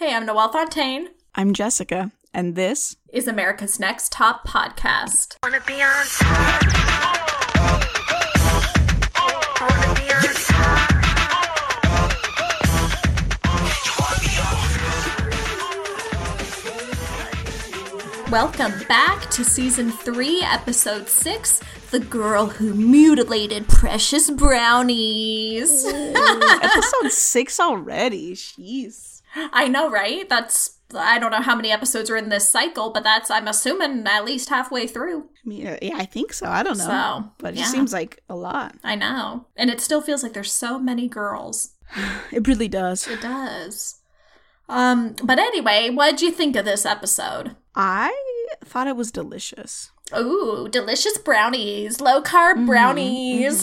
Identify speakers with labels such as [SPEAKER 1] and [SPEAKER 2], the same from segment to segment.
[SPEAKER 1] am Noelle Fontaine.
[SPEAKER 2] I'm Jessica, and this
[SPEAKER 1] Is America's Next Top Podcast.
[SPEAKER 3] Wanna be on top. Wanna be on top.
[SPEAKER 1] Welcome back to season three, episode six The Girl Who Mutilated Precious Brownies.
[SPEAKER 2] episode six already. Jeez.
[SPEAKER 1] I know, right? That's, I don't know how many episodes are in this cycle, but that's, I'm assuming, at least halfway through.
[SPEAKER 2] I mean, uh, yeah, I think so. I don't know,
[SPEAKER 1] So,
[SPEAKER 2] but it
[SPEAKER 1] yeah.
[SPEAKER 2] just seems like a lot.
[SPEAKER 1] I know. And it still feels like there's so many girls.
[SPEAKER 2] It really does.
[SPEAKER 1] It does. Um, but anyway, what'd you think of this episode?
[SPEAKER 2] I thought it was delicious.
[SPEAKER 1] Ooh, delicious brownies, low carb brownies.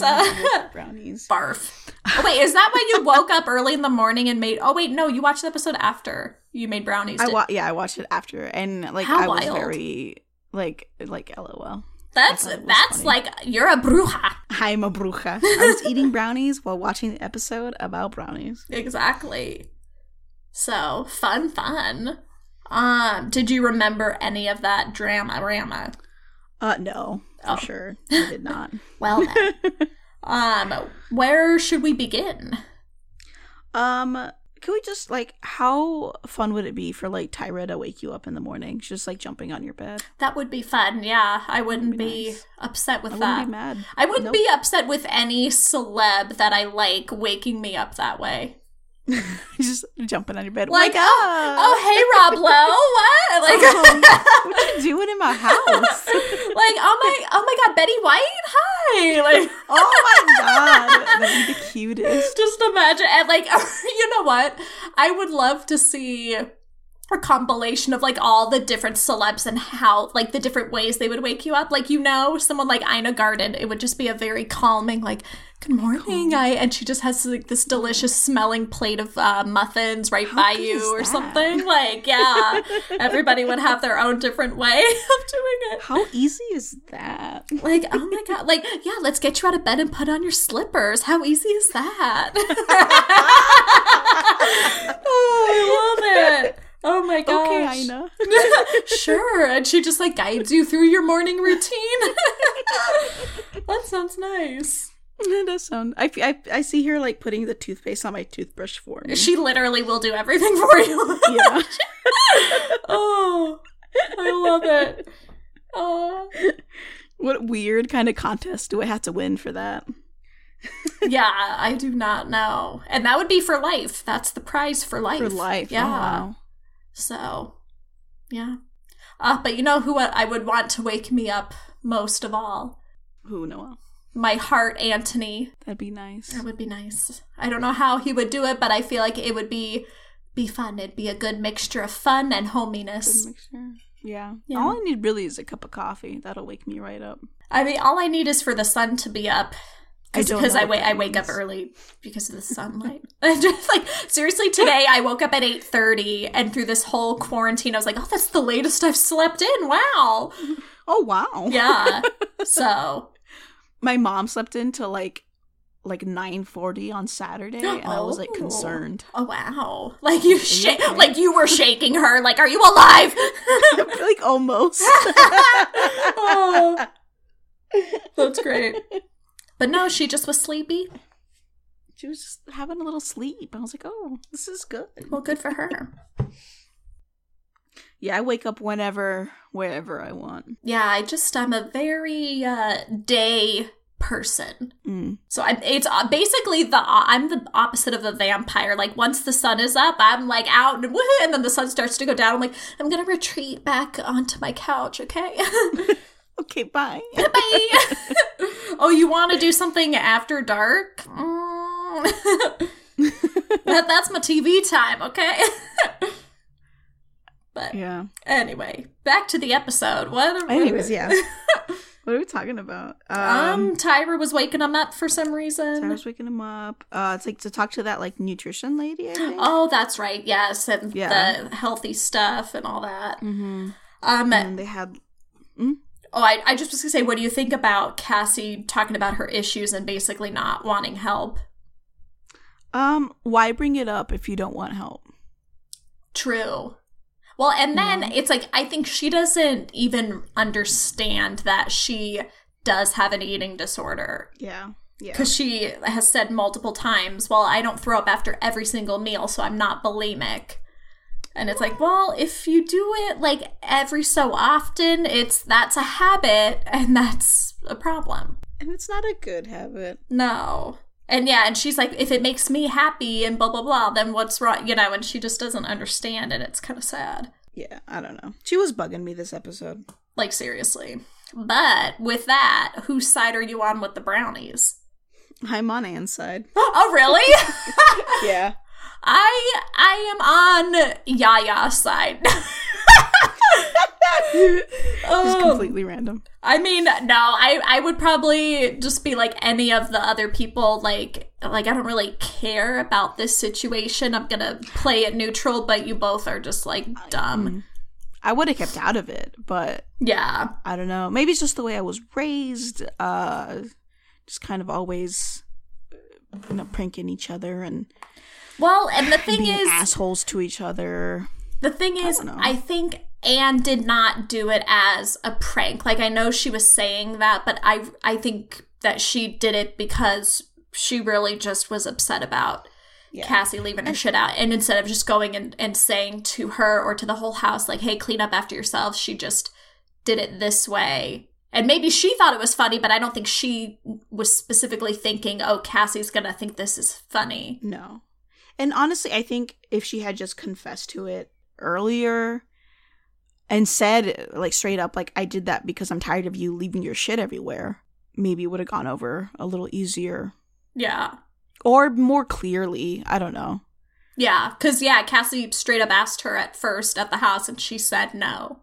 [SPEAKER 2] Mm-hmm. Brownies.
[SPEAKER 1] Barf. Oh, wait, is that when you woke up early in the morning and made? Oh wait, no, you watched the episode after you made brownies.
[SPEAKER 2] I
[SPEAKER 1] didn't-
[SPEAKER 2] wa- yeah, I watched it after, and like
[SPEAKER 1] How
[SPEAKER 2] I was
[SPEAKER 1] wild.
[SPEAKER 2] very like like lol.
[SPEAKER 1] that's
[SPEAKER 2] I thought it was
[SPEAKER 1] that's
[SPEAKER 2] funny.
[SPEAKER 1] like you're a bruja.
[SPEAKER 2] I'm a bruja. I was eating brownies while watching the episode about brownies.
[SPEAKER 1] Exactly. So fun, fun. Um, did you remember any of that drama rama?
[SPEAKER 2] Uh, no,
[SPEAKER 1] Oh.
[SPEAKER 2] for sure, I did not.
[SPEAKER 1] Well then. um, where should we begin?
[SPEAKER 2] Um, can we just like how fun would it be for like Tyra to wake you up in the morning? She's just like jumping on your bed.
[SPEAKER 1] That would be fun. Yeah, I wouldn't be
[SPEAKER 2] be nice.
[SPEAKER 1] upset with
[SPEAKER 2] I
[SPEAKER 1] that.
[SPEAKER 2] wouldn't be mad.
[SPEAKER 1] I wouldn't
[SPEAKER 2] Nope.
[SPEAKER 1] be upset with any celeb that I like waking me up that way.
[SPEAKER 2] just jumping on your bed.
[SPEAKER 1] Like,
[SPEAKER 2] Wake up!
[SPEAKER 1] oh, oh, hey, Rob Lowe, what? Like,
[SPEAKER 2] Oh, what you doing in my house?
[SPEAKER 1] like, oh my, oh my God, Betty White, hi! Like,
[SPEAKER 2] oh my god, that'd be the cutest.
[SPEAKER 1] just imagine, and like, you know what? I would love to see a compilation of like all the different celebs and how like the different ways they would wake you up. Like, you know, someone like Ina Garden, it would just be a very calming, like, good morning, I, and she just has like this delicious smelling plate of uh, muffins right
[SPEAKER 2] How
[SPEAKER 1] by
[SPEAKER 2] good
[SPEAKER 1] you
[SPEAKER 2] is
[SPEAKER 1] or
[SPEAKER 2] that?
[SPEAKER 1] something. Like, yeah, everybody would have their own different way of doing it.
[SPEAKER 2] How easy is that?
[SPEAKER 1] Like, oh my god. Like, yeah, let's get you out of bed and put on your slippers. How easy is that? oh, I love it. Oh my gosh.
[SPEAKER 2] Okay, I know.
[SPEAKER 1] Sure. And she just like guides you through your morning routine. that sounds nice.
[SPEAKER 2] That does sound. I, I, I see her like putting the toothpaste on my toothbrush for me.
[SPEAKER 1] She literally will do everything for you.
[SPEAKER 2] yeah.
[SPEAKER 1] oh, I love it. Oh.
[SPEAKER 2] What weird kind of contest do I have to win for that?
[SPEAKER 1] Yeah, I do not know. And that would be for life. That's the prize for life.
[SPEAKER 2] For life. Oh,
[SPEAKER 1] Yeah.
[SPEAKER 2] wow.
[SPEAKER 1] So, yeah. Uh, but you know who I I would want to wake me up most of all?
[SPEAKER 2] Who Noel?
[SPEAKER 1] My heart, Antony.
[SPEAKER 2] That'd be nice.
[SPEAKER 1] That would be nice. I don't know how he would do it, but I feel like it would be be fun. It'd be a good mixture of fun and hominess.
[SPEAKER 2] Yeah.
[SPEAKER 1] Yeah.
[SPEAKER 2] All I need really is a cup of coffee. That'll wake me right up.
[SPEAKER 1] I mean, all I need is for the sun to be up.
[SPEAKER 2] I don't
[SPEAKER 1] Because
[SPEAKER 2] know
[SPEAKER 1] I,
[SPEAKER 2] what
[SPEAKER 1] wa-
[SPEAKER 2] that
[SPEAKER 1] I wake up
[SPEAKER 2] means.
[SPEAKER 1] early because of the sunlight. I'm just like seriously, today I woke up at eight thirty, and through this whole quarantine, I was like, "Oh, that's the latest I've slept in." Wow.
[SPEAKER 2] Oh wow.
[SPEAKER 1] Yeah. So
[SPEAKER 2] My mom slept in till like like nine forty on Saturday and I was like
[SPEAKER 1] Oh.
[SPEAKER 2] concerned.
[SPEAKER 1] Oh wow! Like you, sh-
[SPEAKER 2] okay?
[SPEAKER 1] like you were shaking her. Like, are you alive?
[SPEAKER 2] like almost.
[SPEAKER 1] oh, that's great. But no, she just was sleepy.
[SPEAKER 2] she was just having a little sleep. I was like, Oh, this is good.
[SPEAKER 1] Well, good for her.
[SPEAKER 2] Yeah, I wake up whenever, wherever I want.
[SPEAKER 1] Yeah, I just I'm a very uh, day person.
[SPEAKER 2] Mm.
[SPEAKER 1] So I, it's uh, basically the I'm the opposite of a vampire. Like once the sun is up, I'm like out and woohoo, and then the sun starts to go down. I'm like I'm gonna retreat back onto my couch. Okay.
[SPEAKER 2] Okay, bye.
[SPEAKER 1] Bye. oh, you want to do something after dark? Mm. that, that's my TV time, okay? but
[SPEAKER 2] yeah.
[SPEAKER 1] anyway, back to the episode. What? what-
[SPEAKER 2] Anyways, yeah. what are we talking about?
[SPEAKER 1] Um, Tyra was waking him up for some reason.
[SPEAKER 2] Sarah's waking him up. Uh, it's like to talk to that like nutrition lady. I think.
[SPEAKER 1] Oh, that's right. Yes, and
[SPEAKER 2] Yeah.
[SPEAKER 1] the healthy stuff and all that.
[SPEAKER 2] Mm-hmm.
[SPEAKER 1] Um,
[SPEAKER 2] And they had
[SPEAKER 1] oh, I, I just was gonna say, what do you think about Cassie talking about her issues and basically not wanting help?
[SPEAKER 2] um. Why bring it up if you don't want help?
[SPEAKER 1] True. Well, and then it's like I think she doesn't even understand that she does have an eating disorder
[SPEAKER 2] Yeah. Yeah.
[SPEAKER 1] because she has said multiple times, "Well, I don't throw up after every single meal, so I'm not bulimic." And it's like, well, if you do it like every so often, it's that's a habit and that's a problem.
[SPEAKER 2] And it's not a good habit.
[SPEAKER 1] No. And yeah, and she's like, if it makes me happy and blah, blah, blah, then what's wrong? You know, and she just doesn't understand, and it's kind of sad.
[SPEAKER 2] Yeah, I don't know. She was bugging me this episode.
[SPEAKER 1] Like, seriously. But with that, whose side are you on with the brownies?
[SPEAKER 2] I'm on Anne's side.
[SPEAKER 1] Oh, really?
[SPEAKER 2] Yeah.
[SPEAKER 1] I I am on Yaya's side.
[SPEAKER 2] Just
[SPEAKER 1] Oh,
[SPEAKER 2] completely random.
[SPEAKER 1] I mean, no, I, I would probably just be like any of the other people, like like I don't really care about this situation. I'm gonna play it neutral, but you both are just like dumb.
[SPEAKER 2] I would have kept out of it, but
[SPEAKER 1] Yeah.
[SPEAKER 2] I don't know. Maybe it's just the way I was raised. Uh, just kind of always, you know, pranking each other and
[SPEAKER 1] Well, and the thing
[SPEAKER 2] being
[SPEAKER 1] is
[SPEAKER 2] assholes to each other.
[SPEAKER 1] The thing is,
[SPEAKER 2] don't know.
[SPEAKER 1] I, think Anne did not do it as a prank. Like I know she was saying that, but I I think that she did it because she really just was upset about
[SPEAKER 2] Yeah.
[SPEAKER 1] Cassie leaving her shit out. And instead of just going and, and saying to her or to the whole house, like, hey, clean up after yourselves, she just did it this way. And maybe she thought it was funny, but I don't think she was specifically thinking, oh, Cassie's going to think this is funny.
[SPEAKER 2] No. And honestly, I think if she had just confessed to it earlier and said, like, straight up, like, I did that because I'm tired of you leaving your shit everywhere, maybe it would have gone over a little easier
[SPEAKER 1] Yeah.
[SPEAKER 2] or more clearly. I don't know.
[SPEAKER 1] Yeah, because, yeah, Cassie straight up asked her at first at the house, and she said no,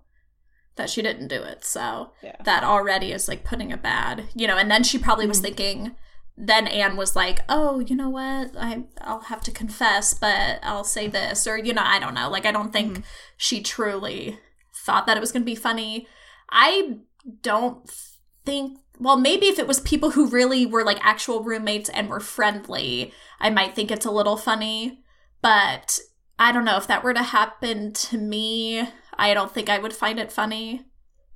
[SPEAKER 1] that she didn't do it. So
[SPEAKER 2] Yeah.
[SPEAKER 1] that already is like putting a bad, you know, and then she probably was
[SPEAKER 2] Mhm.
[SPEAKER 1] thinking, then Anne was like, oh, you know what? I, I'll have to confess, but I'll say this. Or, you know, I don't know. Like, I don't think she truly thought that it was going to be funny. I don't think, well, maybe if it was people who really were like actual roommates and were friendly, I might think it's a little funny but I don't know if that were to happen to me, I don't think I would find it funny,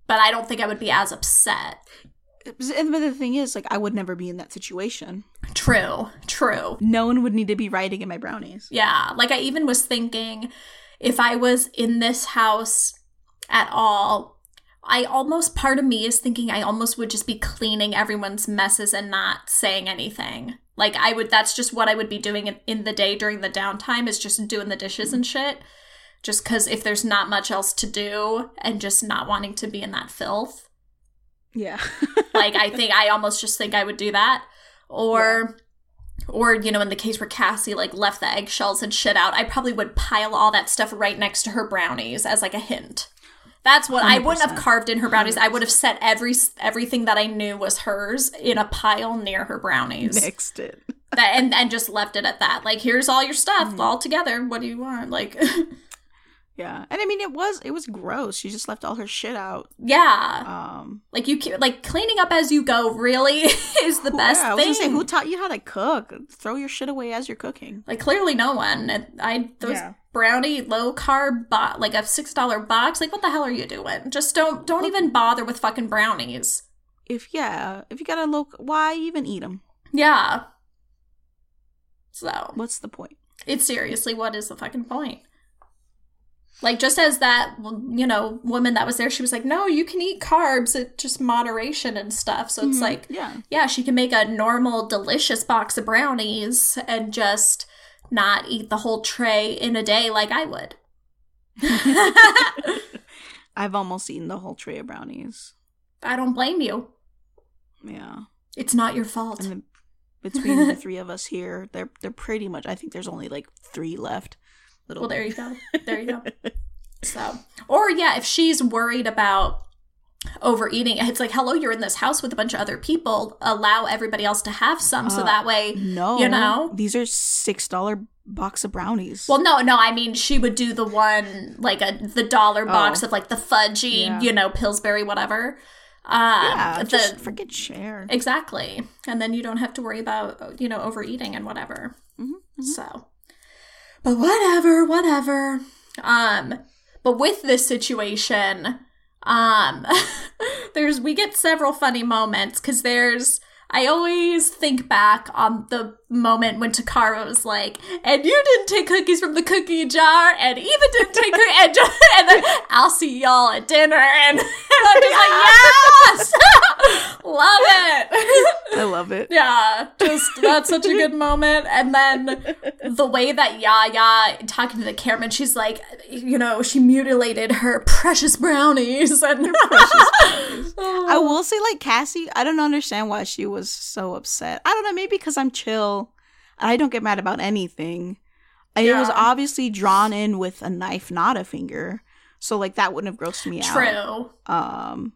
[SPEAKER 1] but I don't think I would be as upset.
[SPEAKER 2] And the thing is, like, I would never be in that situation.
[SPEAKER 1] True, true.
[SPEAKER 2] No one would need to be writing in my brownies.
[SPEAKER 1] Yeah, like I even was thinking if I was in this house at all, I almost part of me is thinking I almost would just be cleaning everyone's messes and not saying anything. Like I would that's just what I would be doing in, in the day during the downtime is just doing the dishes and shit. Just cuz if there's not much else to do and just not wanting to be in that filth
[SPEAKER 2] Yeah.
[SPEAKER 1] like i think i almost just think i would do that or or you know in the case where cassie like left the eggshells and shit out i probably would pile all that stuff right next to her brownies as like a hint that's what i wouldn't have
[SPEAKER 2] 100%.
[SPEAKER 1] carved in her brownies i would have set every everything that i knew was hers in a pile near her brownies
[SPEAKER 2] Mixed it.
[SPEAKER 1] that, and and just left it at that like here's all your stuff
[SPEAKER 2] Mm.
[SPEAKER 1] all together what do you want like
[SPEAKER 2] Yeah. And I mean, it was, it was gross. She just left all her shit out.
[SPEAKER 1] yeah
[SPEAKER 2] Um,
[SPEAKER 1] like you ca- like cleaning up as you go really is the
[SPEAKER 2] who-
[SPEAKER 1] best
[SPEAKER 2] yeah, I was
[SPEAKER 1] thing
[SPEAKER 2] gonna say, who taught you how to cook? Throw your shit away as you're cooking.
[SPEAKER 1] Like clearly no one. And I those
[SPEAKER 2] Yeah.
[SPEAKER 1] brownie low carb bo- like a six dollar box. Like what the hell are you doing? Just don't don't even bother with fucking brownies.
[SPEAKER 2] If yeah, if you got a low, why even eat them?
[SPEAKER 1] Yeah. So
[SPEAKER 2] What's the point?
[SPEAKER 1] it's seriously what is the fucking point? Like just as that you know woman that was there, she was like, no, you can eat carbs, it just moderation and stuff. So it's
[SPEAKER 2] Mhm.
[SPEAKER 1] like
[SPEAKER 2] yeah,
[SPEAKER 1] yeah, she can make a normal, delicious box of brownies and just not eat the whole tray in a day like I would.
[SPEAKER 2] I've almost eaten the whole tray of brownies.
[SPEAKER 1] I don't blame you.
[SPEAKER 2] Yeah,
[SPEAKER 1] It's not your fault.
[SPEAKER 2] and the, between the three of us here, they're they're pretty much. I think there's only like three left. Little
[SPEAKER 1] Well, there you go. There you go. so, or yeah, if she's worried about overeating, it's like, hello, you're in this house with a bunch of other people. Allow everybody else to have some so
[SPEAKER 2] Uh,
[SPEAKER 1] that way.
[SPEAKER 2] no,
[SPEAKER 1] You know?
[SPEAKER 2] these are six dollar box of brownies.
[SPEAKER 1] Well, no, no. I mean, she would do the one like a the dollar box
[SPEAKER 2] Oh.
[SPEAKER 1] of like the fudgy,
[SPEAKER 2] Yeah.
[SPEAKER 1] you know, Pillsbury, whatever. Um,
[SPEAKER 2] yeah,
[SPEAKER 1] the-
[SPEAKER 2] just freaking share.
[SPEAKER 1] exactly, and then you don't have to worry about you know overeating and whatever.
[SPEAKER 2] Mhm, mhm.
[SPEAKER 1] So, but whatever, whatever. Um, but with this situation, um, there's we get several funny moments because there's I always think back on the moment when Takara was like, "And you didn't take cookies from the cookie jar, and Eva didn't take her and, and then I'll see y'all at dinner." And, and I'm just like, "Yes, love it."
[SPEAKER 2] I love it.
[SPEAKER 1] Yeah, just that's such a good moment. And then the way that Yaya talking to the cameraman, she's like, you know, she mutilated her precious brownies and Oh,
[SPEAKER 2] I will say, like Cassie, I don't understand why she was so upset. I don't know, maybe because I'm chill. and I don't get mad about anything. And It was
[SPEAKER 1] Yeah.
[SPEAKER 2] obviously drawn in with a knife, not a finger. So like that wouldn't have grossed me out.
[SPEAKER 1] True.
[SPEAKER 2] Um,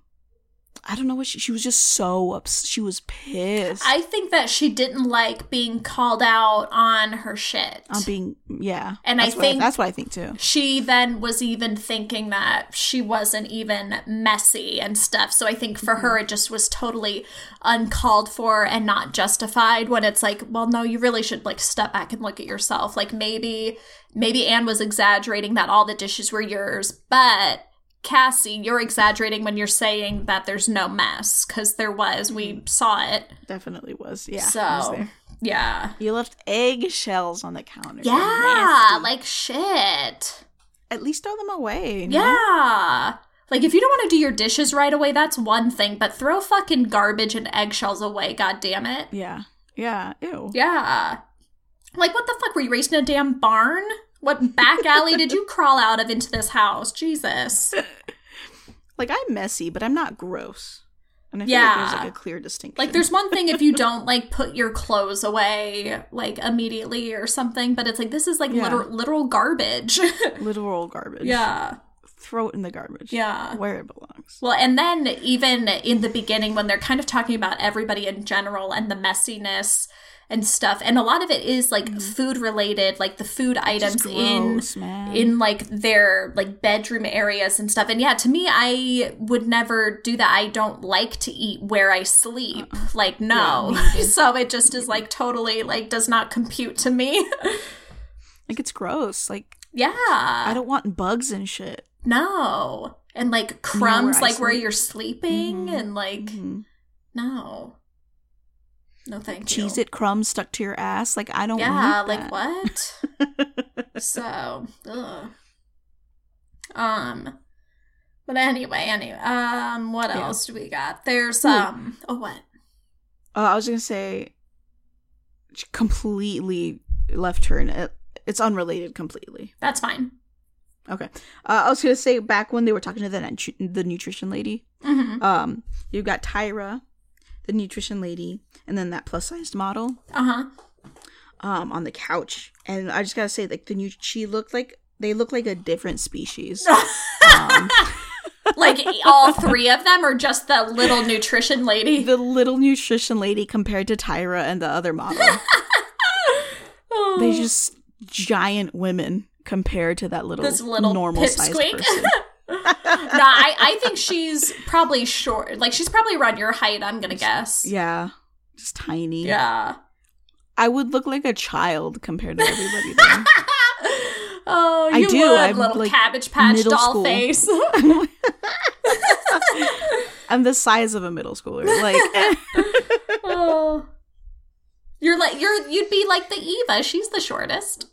[SPEAKER 2] I don't know what she, she was just so ups. She was pissed
[SPEAKER 1] I think that she didn't like being called out on her shit.
[SPEAKER 2] on being yeah.
[SPEAKER 1] And I
[SPEAKER 2] That's what
[SPEAKER 1] think-
[SPEAKER 2] that's what I think too.
[SPEAKER 1] she then was even thinking that she wasn't even messy and stuff. So I think for her, it just was totally uncalled for and not justified when it's like, well, no, you really should like step back and look at yourself. Like maybe, maybe Anne was exaggerating that all the dishes were yours, but Cassie, you're exaggerating when you're saying that there's no mess because there was. We saw it.
[SPEAKER 2] Definitely was yeah. it was
[SPEAKER 1] so,
[SPEAKER 2] there.
[SPEAKER 1] yeah.
[SPEAKER 2] you left eggshells on the counter.
[SPEAKER 1] Yeah.
[SPEAKER 2] Nasty.
[SPEAKER 1] Like shit.
[SPEAKER 2] at least throw them away. you know?
[SPEAKER 1] Yeah. Like if you don't want to do your dishes right away, that's one thing, but throw fucking garbage and eggshells away, god damn it.
[SPEAKER 2] yeah, yeah. Ew.
[SPEAKER 1] Yeah. Like what the fuck were you raised in a damn barn? What back alley did you crawl out of into this house? Jesus.
[SPEAKER 2] like I'm messy, but I'm not gross. And I feel like there's
[SPEAKER 1] Yeah.
[SPEAKER 2] like a clear distinction.
[SPEAKER 1] Like there's one thing if you don't like put your clothes away like immediately or something, but it's like this is like
[SPEAKER 2] Yeah.
[SPEAKER 1] literal, literal garbage.
[SPEAKER 2] literal garbage.
[SPEAKER 1] yeah.
[SPEAKER 2] Throw it in the garbage.
[SPEAKER 1] Yeah.
[SPEAKER 2] Where it belongs.
[SPEAKER 1] Well, and then even in the beginning, when they're kind of talking about everybody in general and the messiness and stuff, and a lot of it is like food related, like the food items
[SPEAKER 2] Mm-hmm. Just
[SPEAKER 1] in
[SPEAKER 2] gross, man.
[SPEAKER 1] in like their like bedroom areas and stuff. And yeah, to me, I would never do that. I don't like to eat where I sleep.
[SPEAKER 2] Uh-uh.
[SPEAKER 1] Like no, so it just is like totally like does not compute to me.
[SPEAKER 2] like it's gross. Like
[SPEAKER 1] yeah,
[SPEAKER 2] I don't want bugs and shit.
[SPEAKER 1] no, and like crumbs,
[SPEAKER 2] I
[SPEAKER 1] like where
[SPEAKER 2] sleep.
[SPEAKER 1] you're sleeping, and like.
[SPEAKER 2] Mhm.
[SPEAKER 1] No. No, thank
[SPEAKER 2] Cheese
[SPEAKER 1] you.
[SPEAKER 2] it crumbs stuck to your ass. Like I don't.
[SPEAKER 1] Yeah,
[SPEAKER 2] want
[SPEAKER 1] like
[SPEAKER 2] that.
[SPEAKER 1] what? so, ugh. um, but anyway, anyway, um, what
[SPEAKER 2] Yeah.
[SPEAKER 1] else do we got? There's
[SPEAKER 2] Ooh.
[SPEAKER 1] um, oh what?
[SPEAKER 2] Uh, I was gonna say, she completely left her, and it, it's unrelated completely.
[SPEAKER 1] That's fine.
[SPEAKER 2] Okay. Uh, I was gonna say back when they were talking to the nutri- the nutrition lady,
[SPEAKER 1] hmm
[SPEAKER 2] Um, you got Tyra, the nutrition lady, and then that plus sized model
[SPEAKER 1] Uh huh.
[SPEAKER 2] um on the couch. And I just gotta say, like the new she looked like they look like a different species. um,
[SPEAKER 1] Like e, all three of them, or just the little nutrition lady?
[SPEAKER 2] the little nutrition lady compared to Tyra and the other model. they just giant women compared to that little
[SPEAKER 1] This little
[SPEAKER 2] normal sized
[SPEAKER 1] pipsqueak.
[SPEAKER 2] person.
[SPEAKER 1] no, I, I think she's probably short. Like she's probably around your height. I'm gonna guess.
[SPEAKER 2] Yeah. Just tiny.
[SPEAKER 1] Yeah.
[SPEAKER 2] I would look like a child compared to everybody there.
[SPEAKER 1] oh,
[SPEAKER 2] I
[SPEAKER 1] you
[SPEAKER 2] do.
[SPEAKER 1] would,
[SPEAKER 2] I'm,
[SPEAKER 1] little
[SPEAKER 2] like,
[SPEAKER 1] cabbage patch
[SPEAKER 2] middle
[SPEAKER 1] doll
[SPEAKER 2] school.
[SPEAKER 1] face.
[SPEAKER 2] I'm the size of a middle schooler. Like
[SPEAKER 1] oh. You're like you're you'd be like the Eva. She's the shortest.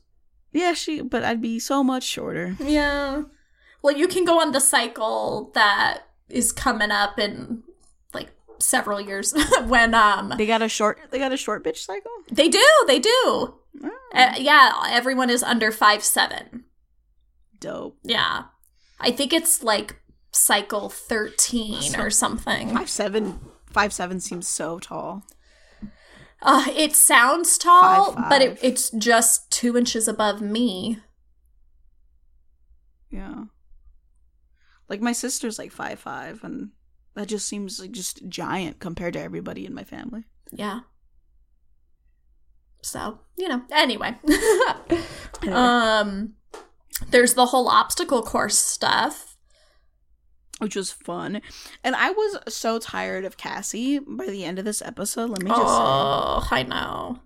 [SPEAKER 2] Yeah, she. But I'd be so much shorter.
[SPEAKER 1] Yeah. Well, you can go on the cycle that is coming up in like several years when um
[SPEAKER 2] They got a short. They got a short bitch cycle.
[SPEAKER 1] they do they do
[SPEAKER 2] Oh,
[SPEAKER 1] uh, yeah everyone is under five seven
[SPEAKER 2] dope.
[SPEAKER 1] yeah I think it's like cycle thirteen or something
[SPEAKER 2] Five seven. Five seven seems so tall.
[SPEAKER 1] Uh, it sounds tall,
[SPEAKER 2] Five,
[SPEAKER 1] but it,
[SPEAKER 2] five.
[SPEAKER 1] it's just two inches above me.
[SPEAKER 2] Yeah. Like my sister's like five five, and that just seems like just giant compared to everybody in my family.
[SPEAKER 1] Yeah. So, you know, anyway.
[SPEAKER 2] Anyway.
[SPEAKER 1] um there's the whole obstacle course stuff.
[SPEAKER 2] which was fun, and I was so tired of Cassie by the end of this episode. Let me just. say.
[SPEAKER 1] oh, I know.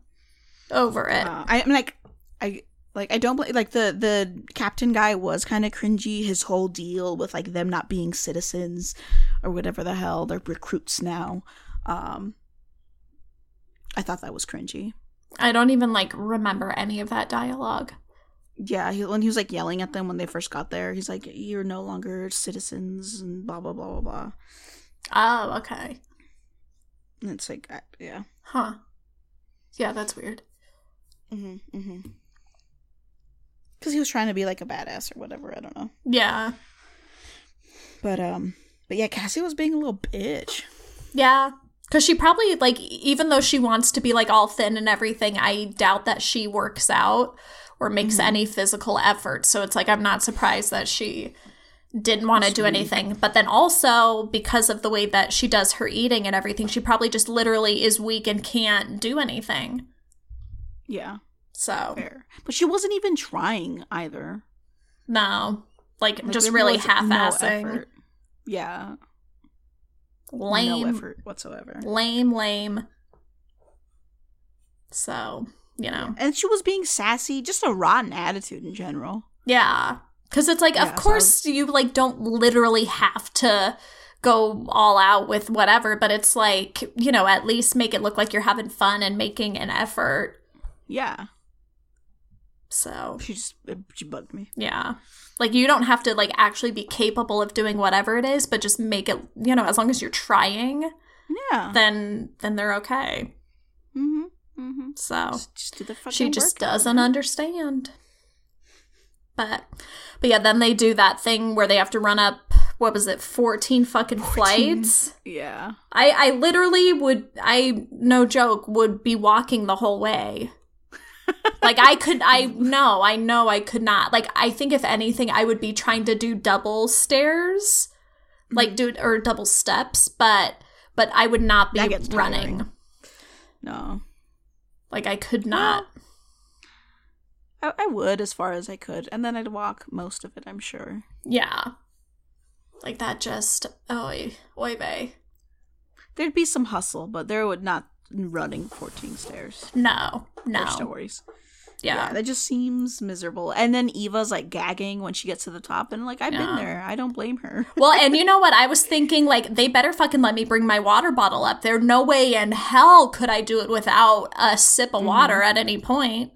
[SPEAKER 1] Over it.
[SPEAKER 2] Uh, I, I'm like, I Like I don't bl- like the the captain guy was kind of cringy. His whole deal with like them not being citizens or whatever the hell they're recruits now. Um, I thought that was cringy.
[SPEAKER 1] I don't even like remember any of that dialogue.
[SPEAKER 2] Yeah, he, when he was like yelling at them when they first got there, he's like, "You're no longer citizens," and blah blah blah blah blah.
[SPEAKER 1] Oh, okay.
[SPEAKER 2] And it's like, I, yeah,
[SPEAKER 1] Huh. Yeah, that's weird.
[SPEAKER 2] mm-hmm, mm-hmm. Because he was trying to be like a badass or whatever. I don't know,
[SPEAKER 1] Yeah.
[SPEAKER 2] but um, but yeah, Cassie was being a little bitch.
[SPEAKER 1] Yeah. Cause she probably like even though she wants to be like all thin and everything, I doubt that she works out or makes
[SPEAKER 2] Mhm.
[SPEAKER 1] any physical effort. So it's like I'm not surprised that she didn't want to do anything. But then also because of the way that she does her eating and everything, she probably just literally is weak and can't do anything.
[SPEAKER 2] Yeah,
[SPEAKER 1] So
[SPEAKER 2] fair. But she wasn't even trying either.
[SPEAKER 1] no. Like,
[SPEAKER 2] Like,
[SPEAKER 1] just
[SPEAKER 2] there
[SPEAKER 1] really
[SPEAKER 2] was
[SPEAKER 1] half assing.
[SPEAKER 2] effort. Yeah,
[SPEAKER 1] lame.
[SPEAKER 2] no effort whatsoever.
[SPEAKER 1] Lame, lame. So, you know.
[SPEAKER 2] And she was being sassy, just a rotten attitude in general.
[SPEAKER 1] Yeah. Cause it's like,
[SPEAKER 2] Yeah,
[SPEAKER 1] of
[SPEAKER 2] so-
[SPEAKER 1] course you like don't literally have to go all out with whatever, but it's like, you know, at least make it look like you're having fun and making an effort.
[SPEAKER 2] Yeah,
[SPEAKER 1] So
[SPEAKER 2] she just she bugged me.
[SPEAKER 1] yeah. Like you don't have to like actually be capable of doing whatever it is, but just make it you know, as long as you're trying,
[SPEAKER 2] Uh-huh. Yeah.
[SPEAKER 1] then then they're okay.
[SPEAKER 2] mm-hmm. Mm-hmm.
[SPEAKER 1] So
[SPEAKER 2] Just, just do the fucking
[SPEAKER 1] Oh. she just
[SPEAKER 2] work.
[SPEAKER 1] doesn't understand but but yeah then they do that thing where they have to run up what was it 14 fucking
[SPEAKER 2] 14.
[SPEAKER 1] flights
[SPEAKER 2] Yeah.
[SPEAKER 1] i i literally would i no joke would be walking the whole way like i could i no i know i could not like i think if anything i would be trying to do double stairs like do or double steps but but i would not be
[SPEAKER 2] That gets tiring.
[SPEAKER 1] running
[SPEAKER 2] No.
[SPEAKER 1] like i could not
[SPEAKER 2] I, I would as far as I could, and then I'd walk most of it. I'm sure.
[SPEAKER 1] Yeah. Like that just oy oy vey.
[SPEAKER 2] There'd be some hustle, but there would not running 14 stairs.
[SPEAKER 1] No.
[SPEAKER 2] Or
[SPEAKER 1] No.
[SPEAKER 2] stories.
[SPEAKER 1] Yeah.
[SPEAKER 2] that just seems miserable. And then Eva's like gagging when she gets to the top, and like I've
[SPEAKER 1] Yeah.
[SPEAKER 2] been there. I don't blame her.
[SPEAKER 1] Well, and you know what? I was thinking like they better fucking let me bring my water bottle up there. No way in hell could I do it without a sip
[SPEAKER 2] Mm-hmm.
[SPEAKER 1] of water at any point.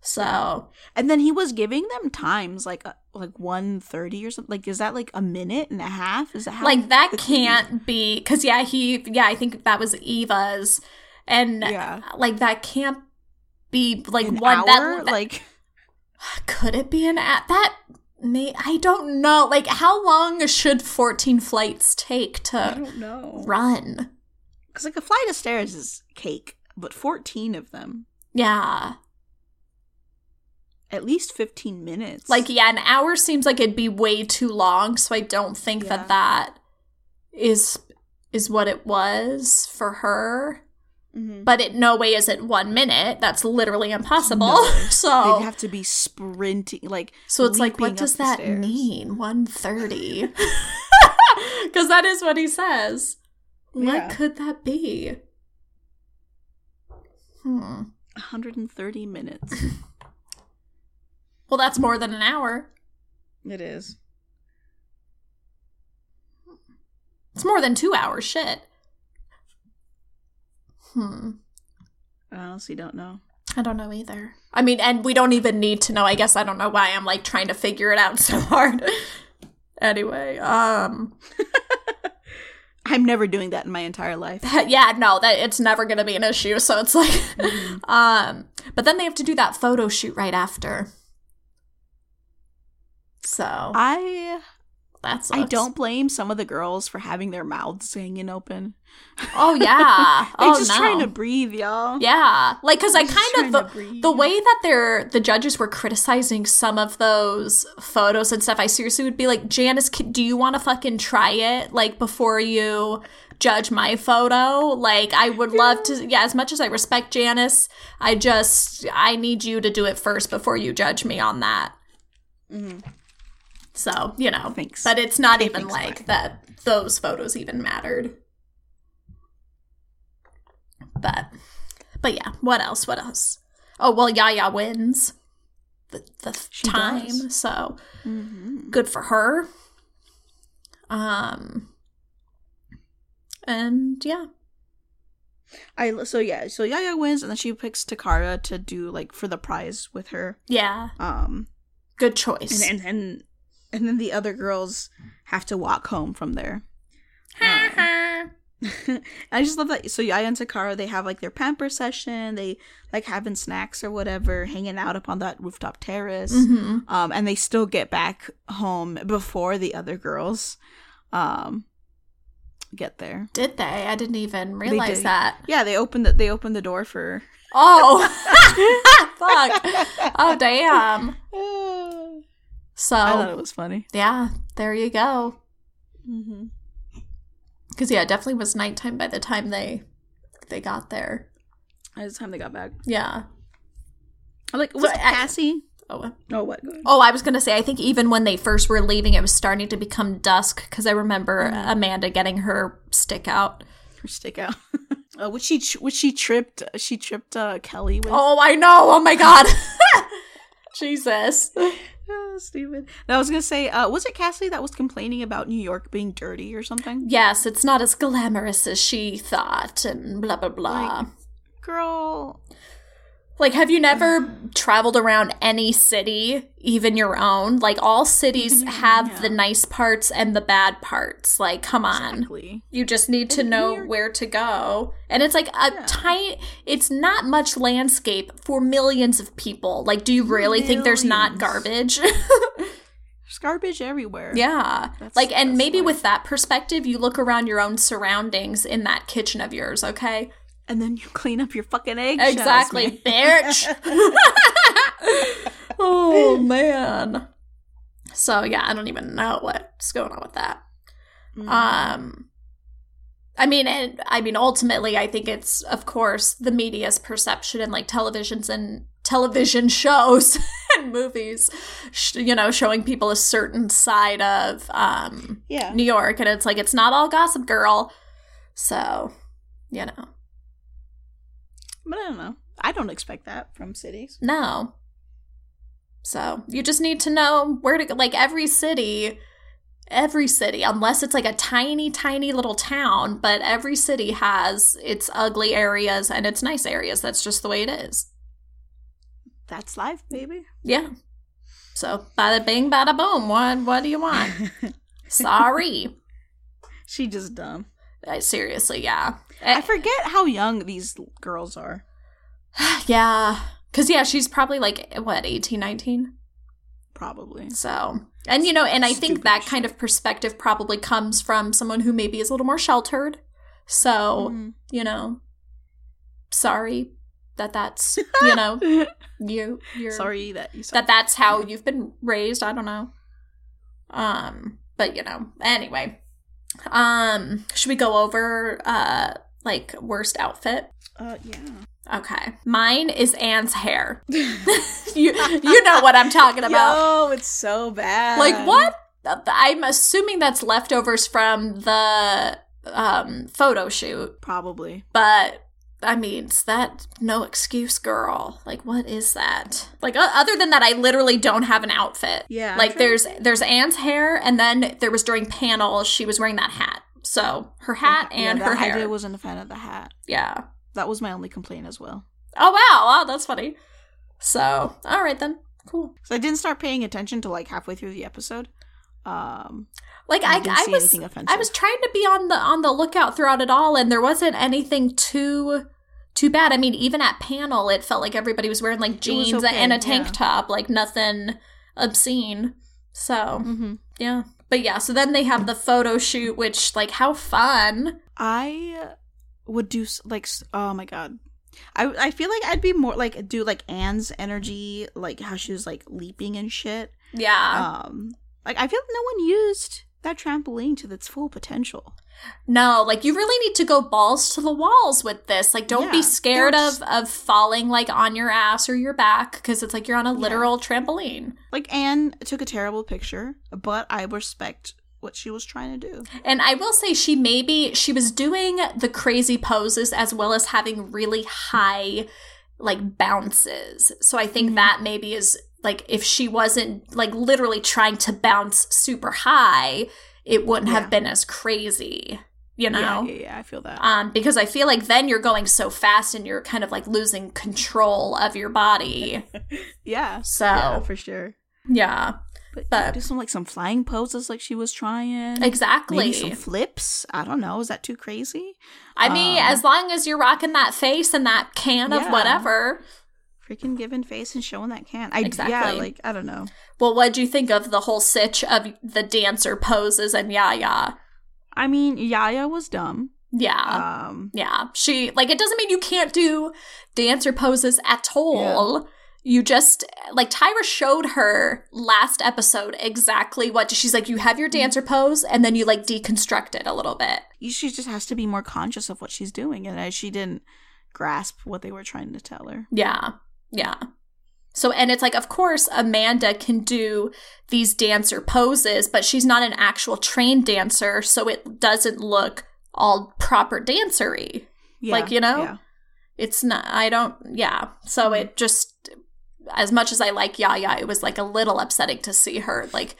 [SPEAKER 1] So,
[SPEAKER 2] And then he was giving them times like uh, like 130 or something. Like is that like a minute and a half? Is that how
[SPEAKER 1] like that
[SPEAKER 2] quickly-
[SPEAKER 1] can't be cuz yeah, he yeah, I think that was Eva's and
[SPEAKER 2] Yeah.
[SPEAKER 1] like that can't be like
[SPEAKER 2] An
[SPEAKER 1] one
[SPEAKER 2] hour?
[SPEAKER 1] that
[SPEAKER 2] like
[SPEAKER 1] Could it be an app that may I don't know. Like how long should 14 flights take to
[SPEAKER 2] don't know.
[SPEAKER 1] run?
[SPEAKER 2] Because like a flight of stairs is cake, but 14 of them,
[SPEAKER 1] Yeah.
[SPEAKER 2] at least 15 minutes.
[SPEAKER 1] Like yeah, an hour seems like it'd be way too long, so I don't think
[SPEAKER 2] Yeah.
[SPEAKER 1] that that is is what it was for her.
[SPEAKER 2] Mhm.
[SPEAKER 1] But it no way is it 1 minute. That's literally impossible. so oh.
[SPEAKER 2] they'd have to be sprinting. Like
[SPEAKER 1] So it's like,
[SPEAKER 2] leaping
[SPEAKER 1] what does
[SPEAKER 2] up the
[SPEAKER 1] that
[SPEAKER 2] stairs.
[SPEAKER 1] mean? 130. Because that is what he says. What
[SPEAKER 2] Yeah.
[SPEAKER 1] could that be? Hmm.
[SPEAKER 2] 130 minutes.
[SPEAKER 1] Well, that's more than an hour.
[SPEAKER 2] it is.
[SPEAKER 1] It's more than two hours. Shit. Hmm.
[SPEAKER 2] I honestly don't know.
[SPEAKER 1] I don't know either. I mean, and we don't even need to know. I guess I don't know why I'm like trying to figure it out so hard. anyway, um,
[SPEAKER 2] I'm never doing that in my entire life.
[SPEAKER 1] yeah, no, that it's never going to be an issue. So it's like,
[SPEAKER 2] Mm-hmm.
[SPEAKER 1] um, but then they have to do that photo shoot right after. So
[SPEAKER 2] I
[SPEAKER 1] that's
[SPEAKER 2] I don't blame some of the girls for having their mouths hanging open.
[SPEAKER 1] Oh yeah.
[SPEAKER 2] They're
[SPEAKER 1] oh
[SPEAKER 2] just
[SPEAKER 1] no.
[SPEAKER 2] trying to breathe, y'all.
[SPEAKER 1] yeah, like because I
[SPEAKER 2] They're just
[SPEAKER 1] kind of
[SPEAKER 2] trying
[SPEAKER 1] the,
[SPEAKER 2] to breathe.
[SPEAKER 1] the way that they're the judges were criticizing some of those photos and stuff. I seriously would be like, Janice, c- do you want to fucking try it? Like before you judge my photo like i would love to yeah as much as i respect janice i just i need you to do it first before you judge me on that
[SPEAKER 2] Mm-hmm.
[SPEAKER 1] so you know
[SPEAKER 2] Thanks.
[SPEAKER 1] but it's not
[SPEAKER 2] Okay,
[SPEAKER 1] even
[SPEAKER 2] thanks,
[SPEAKER 1] like that those photos even mattered but but yeah what else what else oh well yaya wins the, the
[SPEAKER 2] She
[SPEAKER 1] time.
[SPEAKER 2] does.
[SPEAKER 1] So
[SPEAKER 2] Mm-hmm.
[SPEAKER 1] good for her. Um, and yeah,
[SPEAKER 2] I so yeah, so Yaya wins, and then she picks Takara to do like for the prize with her.
[SPEAKER 1] yeah,
[SPEAKER 2] Um,
[SPEAKER 1] good choice.
[SPEAKER 2] and and and, and then the other girls have to walk home from there. uh,
[SPEAKER 1] Ha ha.
[SPEAKER 2] I just love that. So Yaya and Takara, they have like their pamper session. They like having snacks or whatever, hanging out up on that rooftop terrace.
[SPEAKER 1] Mhm.
[SPEAKER 2] Um, and they still get back home before the other girls, um, get there.
[SPEAKER 1] Did they? I didn't even realize
[SPEAKER 2] did.
[SPEAKER 1] that.
[SPEAKER 2] Yeah, they opened the, they opened the door for.
[SPEAKER 1] Oh, fuck! Oh, damn.
[SPEAKER 2] I thought
[SPEAKER 1] So
[SPEAKER 2] it was funny.
[SPEAKER 1] yeah, there you go.
[SPEAKER 2] Mm-hmm.
[SPEAKER 1] Because yeah, it definitely was nighttime by the time they they got there.
[SPEAKER 2] By the time they got back,
[SPEAKER 1] Yeah.
[SPEAKER 2] I'm like, was
[SPEAKER 1] I-
[SPEAKER 2] it Cassie?
[SPEAKER 1] Oh,
[SPEAKER 2] No, what? Go ahead.
[SPEAKER 1] oh, I was gonna say. I think even when they first were leaving, it was starting to become dusk. Because I remember Amanda getting her stick out.
[SPEAKER 2] Her stick out. uh, which she which she tripped. She tripped uh, Kelly with.
[SPEAKER 1] Oh, I know. Oh my god. Jesus.
[SPEAKER 2] Ah, stupid. And I was gonna say, uh, was it Cassie that was complaining about New York being dirty or something?
[SPEAKER 1] Yes, it's not as glamorous as she thought, and blah blah blah.
[SPEAKER 2] Girl,
[SPEAKER 1] Like, have you never traveled around any city, even your own? Like, all cities
[SPEAKER 2] Mm-hmm.
[SPEAKER 1] have the nice parts and the bad parts. Like, come on.
[SPEAKER 2] exactly.
[SPEAKER 1] You just need to
[SPEAKER 2] And
[SPEAKER 1] know
[SPEAKER 2] here-
[SPEAKER 1] where to go. And it's like a
[SPEAKER 2] Yeah.
[SPEAKER 1] tight, it's not much landscape for millions of people. Like, do you really think there's not garbage?
[SPEAKER 2] There's garbage everywhere.
[SPEAKER 1] yeah.
[SPEAKER 2] That's-
[SPEAKER 1] like, and
[SPEAKER 2] that's
[SPEAKER 1] maybe
[SPEAKER 2] life.
[SPEAKER 1] with that perspective, you look around your own surroundings in that kitchen of yours, okay?
[SPEAKER 2] and then you clean up your fucking eggshells.
[SPEAKER 1] Exactly,
[SPEAKER 2] man.
[SPEAKER 1] bitch. oh man. So yeah, I don't even know what's going on with that.
[SPEAKER 2] Mm.
[SPEAKER 1] Um I mean and I mean ultimately I think it's of course the media's perception and like televisions and television shows and movies sh- you know showing people a certain side of um
[SPEAKER 2] yeah.
[SPEAKER 1] New York and it's like it's not all gossip girl. So, you know.
[SPEAKER 2] But I don't know. I don't expect that from cities.
[SPEAKER 1] No. So you just need to know where to go. Like every city, every city, unless it's like a tiny, tiny little town, but every city has its ugly areas and its nice areas. That's just the way it is.
[SPEAKER 2] That's life, baby.
[SPEAKER 1] Yeah. So bada bing, bada boom. What what do you want? Sorry.
[SPEAKER 2] she just dumb.
[SPEAKER 1] Uh, Seriously, yeah.
[SPEAKER 2] I forget how young these l- girls are.
[SPEAKER 1] Eh, yeah. Cause yeah, she's probably like what, 18, 19?
[SPEAKER 2] Probably.
[SPEAKER 1] So, and you know, and I think
[SPEAKER 2] Stupid
[SPEAKER 1] that
[SPEAKER 2] shit.
[SPEAKER 1] kind of perspective probably comes from someone who maybe is a little more sheltered. So,
[SPEAKER 2] Mhm.
[SPEAKER 1] you know, sorry that that's, you know, you you're
[SPEAKER 2] Sorry that you said
[SPEAKER 1] that that's how you've been raised, I don't know. Um, but you know, anyway. Um, should we go over uh like worst outfit?
[SPEAKER 2] Uh, yeah.
[SPEAKER 1] Okay. Mine is Anne's hair. you you know what I'm talking about.
[SPEAKER 2] Yo, it's so bad.
[SPEAKER 1] Like what? I'm assuming that's leftovers from the um photo shoot,
[SPEAKER 2] Probably.
[SPEAKER 1] but I mean, it's that no excuse, girl. Like what is that? Like o- other than that I literally don't have an outfit.
[SPEAKER 2] Yeah. I'm
[SPEAKER 1] Like
[SPEAKER 2] trying to
[SPEAKER 1] there's there's Anne's hair and then there was during panels she was wearing that hat. So her hat
[SPEAKER 2] Yeah,
[SPEAKER 1] and
[SPEAKER 2] that
[SPEAKER 1] her
[SPEAKER 2] I did-
[SPEAKER 1] hair.
[SPEAKER 2] wasn't a fan of the hat.
[SPEAKER 1] yeah.
[SPEAKER 2] That was my only complaint as well.
[SPEAKER 1] Oh wow, wow, that's funny. So, all right then. Cool.
[SPEAKER 2] So I didn't start paying attention till like halfway through the episode. Um,
[SPEAKER 1] Like I,
[SPEAKER 2] I didn't
[SPEAKER 1] I
[SPEAKER 2] see
[SPEAKER 1] was
[SPEAKER 2] anything offensive.
[SPEAKER 1] I was trying to be on the on the lookout throughout it all, and there wasn't anything too too bad. I mean, even at panel, it felt like everybody was wearing like
[SPEAKER 2] It was
[SPEAKER 1] jeans
[SPEAKER 2] okay,
[SPEAKER 1] and a tank
[SPEAKER 2] yeah.
[SPEAKER 1] top, like nothing obscene. So
[SPEAKER 2] mm-hmm.
[SPEAKER 1] yeah, but yeah. So then they have the photo shoot, which like how fun?
[SPEAKER 2] I would do s- like s- oh my god. I, I feel like I'd be more like do like Anne's energy, like how she was like leaping and shit.
[SPEAKER 1] Yeah.
[SPEAKER 2] Um, like I feel no one used that trampoline to its full potential.
[SPEAKER 1] no, like you really need to go balls to the walls with this. Like, don't
[SPEAKER 2] Yeah,
[SPEAKER 1] be scared
[SPEAKER 2] there's-
[SPEAKER 1] of of falling like on your ass or your back because it's like you're on a
[SPEAKER 2] Yeah.
[SPEAKER 1] literal trampoline.
[SPEAKER 2] Like Anne took a terrible picture, but I respect what she was trying to do.
[SPEAKER 1] And I will say she maybe she was doing the crazy poses as well as having really high like bounces. So I think
[SPEAKER 2] Mhm.
[SPEAKER 1] that maybe is like if she wasn't like literally trying to bounce super high, it wouldn't
[SPEAKER 2] Yeah.
[SPEAKER 1] have been as crazy, you know?
[SPEAKER 2] Yeah, yeah, yeah, I feel that.
[SPEAKER 1] Um, because I feel like then you're going so fast and you're kind of like losing control of your body.
[SPEAKER 2] yeah.
[SPEAKER 1] So
[SPEAKER 2] Yeah, for sure.
[SPEAKER 1] yeah,
[SPEAKER 2] But,
[SPEAKER 1] But-
[SPEAKER 2] do some like some flying poses like she was trying.
[SPEAKER 1] exactly.
[SPEAKER 2] Maybe some flips. I don't know. Is that too crazy?
[SPEAKER 1] I mean,
[SPEAKER 2] um,
[SPEAKER 1] as long as you're rocking that face and that can
[SPEAKER 2] Yeah.
[SPEAKER 1] of whatever.
[SPEAKER 2] Freaking giving face and showing that can. I yeah,
[SPEAKER 1] Exactly.
[SPEAKER 2] like I don't know.
[SPEAKER 1] Well, what'd you think of the whole sitch of the dancer poses and yaya?
[SPEAKER 2] I mean, Yaya was dumb.
[SPEAKER 1] Yeah.
[SPEAKER 2] Um,
[SPEAKER 1] Yeah, she like it doesn't mean you can't do dancer poses at all. You just like Tyra showed her last episode exactly what she's like. You have your dancer pose, and then you like deconstruct it a little bit.
[SPEAKER 2] she just has to be more conscious of what she's doing, and uh, she didn't grasp what they were trying to tell her.
[SPEAKER 1] Yeah, yeah. So, and it's like, of course, Amanda can do these dancer poses, but she's not an actual trained dancer, so it doesn't look all proper dancery.
[SPEAKER 2] Yeah,
[SPEAKER 1] Like, you know?
[SPEAKER 2] yeah.
[SPEAKER 1] it's not i don't yeah
[SPEAKER 2] Mm-hmm.
[SPEAKER 1] so it just as much as i like yaya it was like a little upsetting to see her like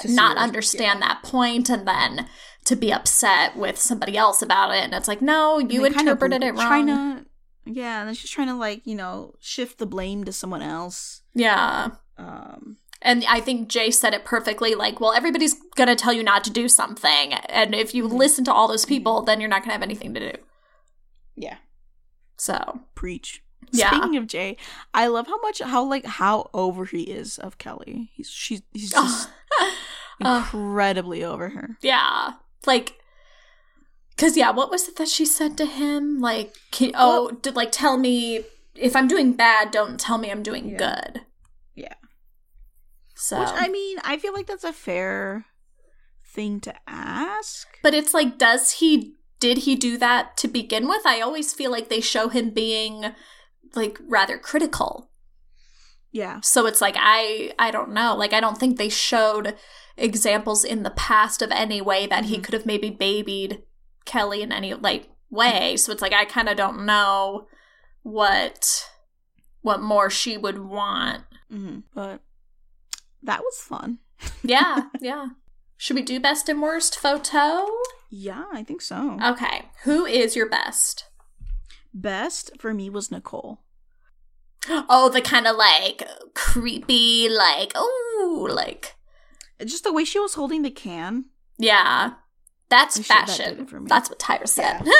[SPEAKER 2] To see
[SPEAKER 1] not
[SPEAKER 2] her,
[SPEAKER 1] understand that point and then to be upset with somebody else about it and it's like no
[SPEAKER 2] And
[SPEAKER 1] you
[SPEAKER 2] they kinda
[SPEAKER 1] interpreted
[SPEAKER 2] bl-
[SPEAKER 1] it wrong
[SPEAKER 2] Trying to, yeah, and then she's trying to like you know shift the blame to someone else.
[SPEAKER 1] yeah
[SPEAKER 2] Um,
[SPEAKER 1] and i think jay said it perfectly like well everybody's gonna tell you not to do something and if you
[SPEAKER 2] Mhm.
[SPEAKER 1] listen to all those people then you're not gonna have anything to do
[SPEAKER 2] yeah,
[SPEAKER 1] so
[SPEAKER 2] preach.
[SPEAKER 1] Yeah.
[SPEAKER 2] Speaking of Jay, I love how much how like how over he is of Kelly. He's she's he's just
[SPEAKER 1] Oh.
[SPEAKER 2] incredibly over her.
[SPEAKER 1] Yeah. Like, because, yeah, what was it that she said to him? Like, can, oh, did, like, tell me if I'm doing bad, don't tell me I'm doing
[SPEAKER 2] Yeah.
[SPEAKER 1] good.
[SPEAKER 2] Yeah.
[SPEAKER 1] So,
[SPEAKER 2] Which I mean, I feel like that's a fair thing to ask.
[SPEAKER 1] but it's like, does he, did he do that to begin with? I always feel like they show him being, like, rather critical.
[SPEAKER 2] Yeah.
[SPEAKER 1] So it's like, I, I don't know. Like, I don't think they showed examples in the past of any way that he
[SPEAKER 2] Mhm.
[SPEAKER 1] could have maybe babied Kelly in any like
[SPEAKER 2] Mm-hmm.
[SPEAKER 1] way. So it's like I kind of don't know what what more she would want.
[SPEAKER 2] hmm But that was fun.
[SPEAKER 1] Yeah, yeah. Should we do best and worst photo?
[SPEAKER 2] Yeah, I think so.
[SPEAKER 1] Okay. Who is your best?
[SPEAKER 2] Best for me was Nicole.
[SPEAKER 1] Oh, the kind of like creepy like oh, like
[SPEAKER 2] Just the way she was holding the can.
[SPEAKER 1] yeah. That's
[SPEAKER 2] I should- that
[SPEAKER 1] fashion.
[SPEAKER 2] did it for me.
[SPEAKER 1] That's what Tyra said.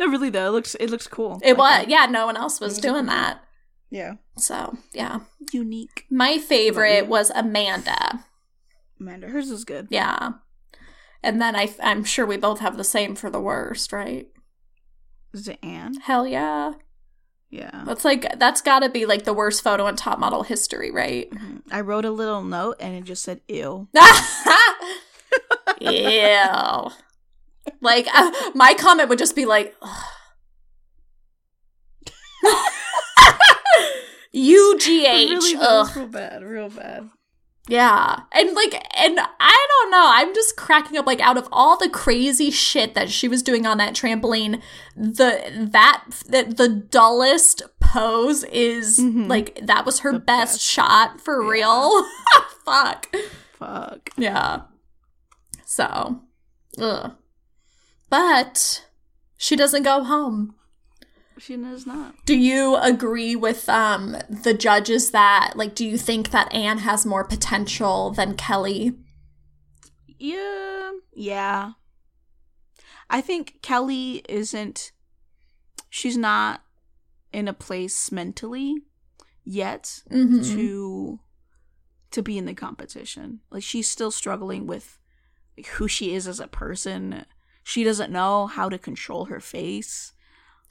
[SPEAKER 2] No, really though, it looks it looks cool.
[SPEAKER 1] it was
[SPEAKER 2] Like,
[SPEAKER 1] yeah, no one else was
[SPEAKER 2] Mhm.
[SPEAKER 1] doing that.
[SPEAKER 2] yeah.
[SPEAKER 1] So, yeah.
[SPEAKER 2] Unique.
[SPEAKER 1] My favorite
[SPEAKER 2] you?
[SPEAKER 1] was Amanda.
[SPEAKER 2] Amanda, hers was good.
[SPEAKER 1] Yeah. And then I, I'm sure we both have the same for the worst, right?
[SPEAKER 2] Is it Anne?
[SPEAKER 1] Hell yeah.
[SPEAKER 2] Yeah.
[SPEAKER 1] That's like, that's gotta be like the worst photo in top model history, right?
[SPEAKER 2] Mhm. I wrote a little note and it just said ew.
[SPEAKER 1] Ew. Like, uh, my comment would just be like, UGH. ugh.
[SPEAKER 2] real bad, real bad.
[SPEAKER 1] Yeah. And like and I don't know, I'm just cracking up like out of all the crazy shit that she was doing on that trampoline, the that the, the dullest pose is
[SPEAKER 2] Mhm.
[SPEAKER 1] like that was her
[SPEAKER 2] The
[SPEAKER 1] best,
[SPEAKER 2] best.
[SPEAKER 1] shot for
[SPEAKER 2] Yeah.
[SPEAKER 1] real. Fuck.
[SPEAKER 2] Fuck.
[SPEAKER 1] Yeah. So, ugh. But she doesn't go home.
[SPEAKER 2] She knows not.
[SPEAKER 1] Do you agree with um the judges that like do you think that Anne has more potential than Kelly?
[SPEAKER 2] Yeah. Yeah. I think Kelly isn't she's not in a place mentally yet
[SPEAKER 1] Mhm.
[SPEAKER 2] to to be in the competition. Like she's still struggling with like, who she is as a person. She doesn't know how to control her face.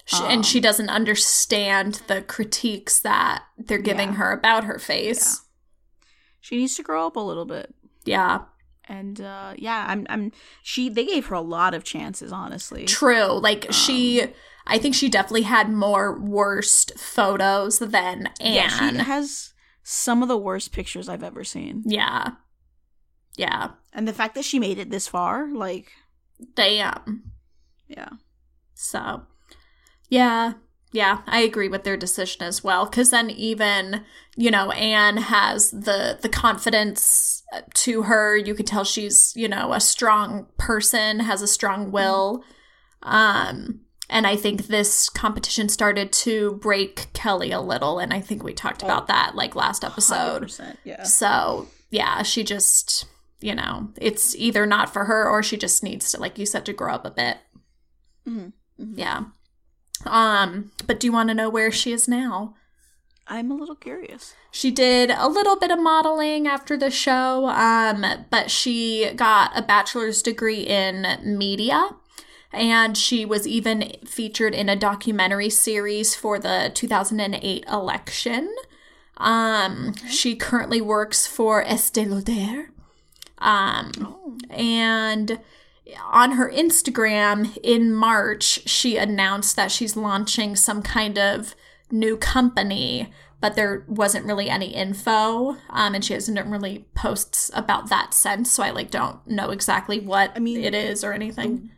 [SPEAKER 1] She, and she
[SPEAKER 2] Um,
[SPEAKER 1] doesn't understand the critiques that they're giving
[SPEAKER 2] Yeah.
[SPEAKER 1] her about her face.
[SPEAKER 2] She needs to grow up a little bit.
[SPEAKER 1] Yeah.
[SPEAKER 2] And uh yeah, I'm I'm she they gave her a lot of chances, honestly.
[SPEAKER 1] True. Like
[SPEAKER 2] Um,
[SPEAKER 1] she I think she definitely had more worst photos than Anne.
[SPEAKER 2] Yeah,
[SPEAKER 1] Yeah.
[SPEAKER 2] she has some of the worst pictures I've ever seen.
[SPEAKER 1] yeah.
[SPEAKER 2] And the fact that she made it this far, like,
[SPEAKER 1] Damn.
[SPEAKER 2] yeah.
[SPEAKER 1] So, yeah. Yeah, I agree with their decision as well. Because then, even you know, Anne has the the confidence uh, to her. You could tell she's you know a strong person, has a strong will. Um, and I think this competition started to break Kelly a little, and I think we talked about that like last episode.
[SPEAKER 2] 100%, yeah.
[SPEAKER 1] So yeah, she just you know it's either not for her or she just needs to like you said to grow up a bit.
[SPEAKER 2] Mhm, mhm.
[SPEAKER 1] Yeah. Um, but do you want to know where she is now?
[SPEAKER 2] I'm a little curious.
[SPEAKER 1] She did a little bit of modeling after the show, um, but she got a bachelor's degree in media. And she was even featured in a documentary series for the 2008 election. Um, She currently works for Estée Lauder. Um,
[SPEAKER 2] Oh.
[SPEAKER 1] and on her Instagram in March, she announced that she's launching some kind of new company, but there wasn't really any info. Um, and she hasn't really posts about that since. So I like don't know exactly what
[SPEAKER 2] I mean,
[SPEAKER 1] it is or anything.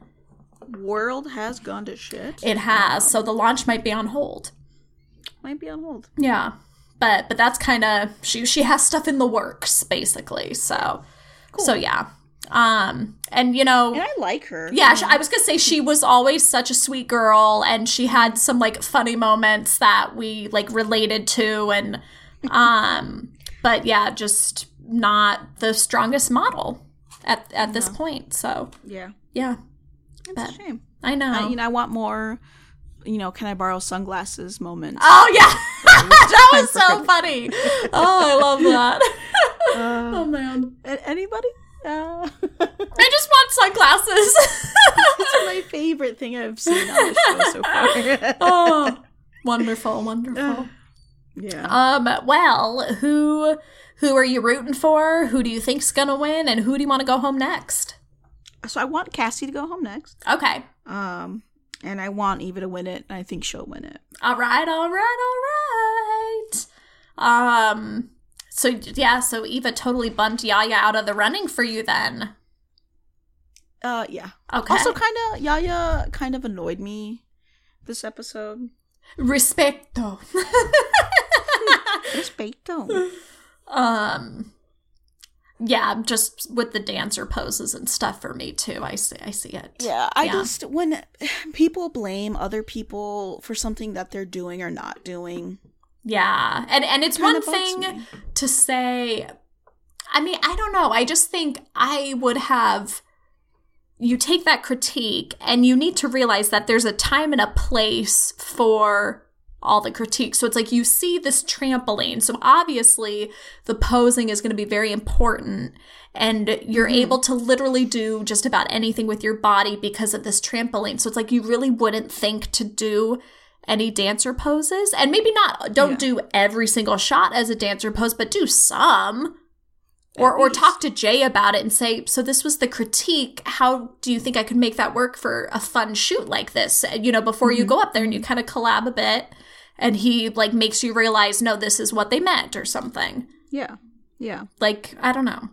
[SPEAKER 2] World has gone to shit.
[SPEAKER 1] It has. So the launch might be on hold.
[SPEAKER 2] might be on hold.
[SPEAKER 1] Yeah. But but that's kind of she she has stuff in the works basically. So so yeah. Um and you know
[SPEAKER 2] And I like her.
[SPEAKER 1] Yeah, sh I was gonna say she was always such a sweet girl, and she had some like funny moments that we like related to, and um, but yeah, just not the strongest model at at this point. So
[SPEAKER 2] Yeah.
[SPEAKER 1] yeah,
[SPEAKER 2] It's a shame.
[SPEAKER 1] I know.
[SPEAKER 2] I, you know, I want more, you know, can I borrow sunglasses moments.
[SPEAKER 1] oh yeah, that was so funny. Oh, I love that.
[SPEAKER 2] Uh,
[SPEAKER 1] oh man,
[SPEAKER 2] a- anybody? Uh,
[SPEAKER 1] I just want sunglasses.
[SPEAKER 2] it's my favorite thing I've seen on the show so far.
[SPEAKER 1] oh, wonderful, wonderful.
[SPEAKER 2] yeah.
[SPEAKER 1] Um, well, who who are you rooting for? Who do you think's gonna win and who do you want to go home next?
[SPEAKER 2] So I want Cassie to go home next.
[SPEAKER 1] Okay.
[SPEAKER 2] Um, and I want Eva to win it, and I think she'll win it.
[SPEAKER 1] All right, all right, all right. Um so yeah, so Eva totally bumped Yaya out of the running for you then.
[SPEAKER 2] Uh, yeah.
[SPEAKER 1] Okay.
[SPEAKER 2] Also, kind of Yaya kind of annoyed me this episode.
[SPEAKER 1] respecto.
[SPEAKER 2] Respeto.
[SPEAKER 1] um yeah, just with the dancer poses and stuff for me too. I see I see it.
[SPEAKER 2] Yeah, I
[SPEAKER 1] Yeah.
[SPEAKER 2] just when people blame other people for something that they're doing or not doing,
[SPEAKER 1] Yeah. And and it's
[SPEAKER 2] kinda
[SPEAKER 1] one
[SPEAKER 2] bugs
[SPEAKER 1] thing
[SPEAKER 2] me.
[SPEAKER 1] to say i mean i don't know i just think i would have you take that critique and you need to realize that there's a time and a place for all the critique so it's like you see this trampoline so obviously the posing is going to be very important and you're
[SPEAKER 2] Mm-hmm.
[SPEAKER 1] able to literally do just about anything with your body because of this trampoline so it's like you really wouldn't think to do any dancer poses and maybe not don't
[SPEAKER 2] Yeah.
[SPEAKER 1] do every single shot as a dancer pose but do some or or
[SPEAKER 2] least.
[SPEAKER 1] talk to Jay about it and say so this was the critique how do you think I could make that work for a fun shoot like this And, you know before
[SPEAKER 2] Mm-hmm.
[SPEAKER 1] you go up there and you kind of collab a bit and he like makes you realize no this is what they meant or something
[SPEAKER 2] Yeah. Yeah.
[SPEAKER 1] like I don't know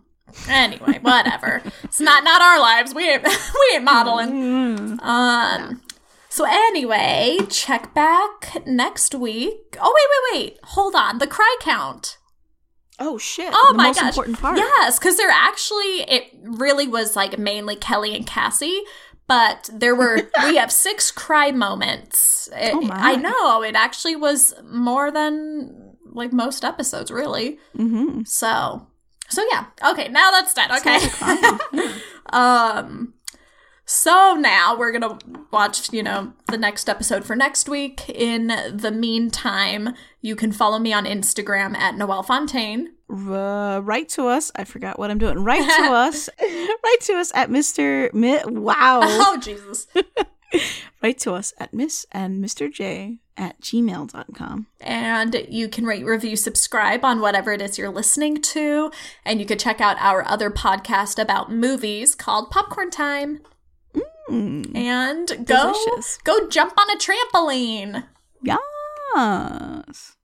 [SPEAKER 1] anyway whatever it's not not our lives we ain't we ain't modeling um. So anyway, check back next week. Oh wait, wait, wait. Hold on. The cry count.
[SPEAKER 2] Oh shit.
[SPEAKER 1] Oh
[SPEAKER 2] the
[SPEAKER 1] my
[SPEAKER 2] most
[SPEAKER 1] gosh.
[SPEAKER 2] important part.
[SPEAKER 1] Yes, because they're actually it really was like mainly Kelly and Cassie, but there were we have six cry moments. It-
[SPEAKER 2] Oh my.
[SPEAKER 1] I know it actually was more than like most episodes, really.
[SPEAKER 2] Mm-hmm.
[SPEAKER 1] So, so yeah. Okay, now that's done. Okay. um so now we're going to watch, you know, the next episode for next week. In the meantime, you can follow me on Instagram at Noelle Fontaine.
[SPEAKER 2] Uh, write to us. I forgot what I'm doing. Write to us. write to us at Mr. Mi- wow.
[SPEAKER 1] Oh Jesus.
[SPEAKER 2] write to us at Miss and Mr. J at gmail.com.
[SPEAKER 1] And you can rate, review, subscribe on whatever it is you're listening to. And you could check out our other podcast about movies called Popcorn Time.
[SPEAKER 2] Mm.
[SPEAKER 1] And go,
[SPEAKER 2] Delicious.
[SPEAKER 1] go jump on a trampoline.
[SPEAKER 2] Yes.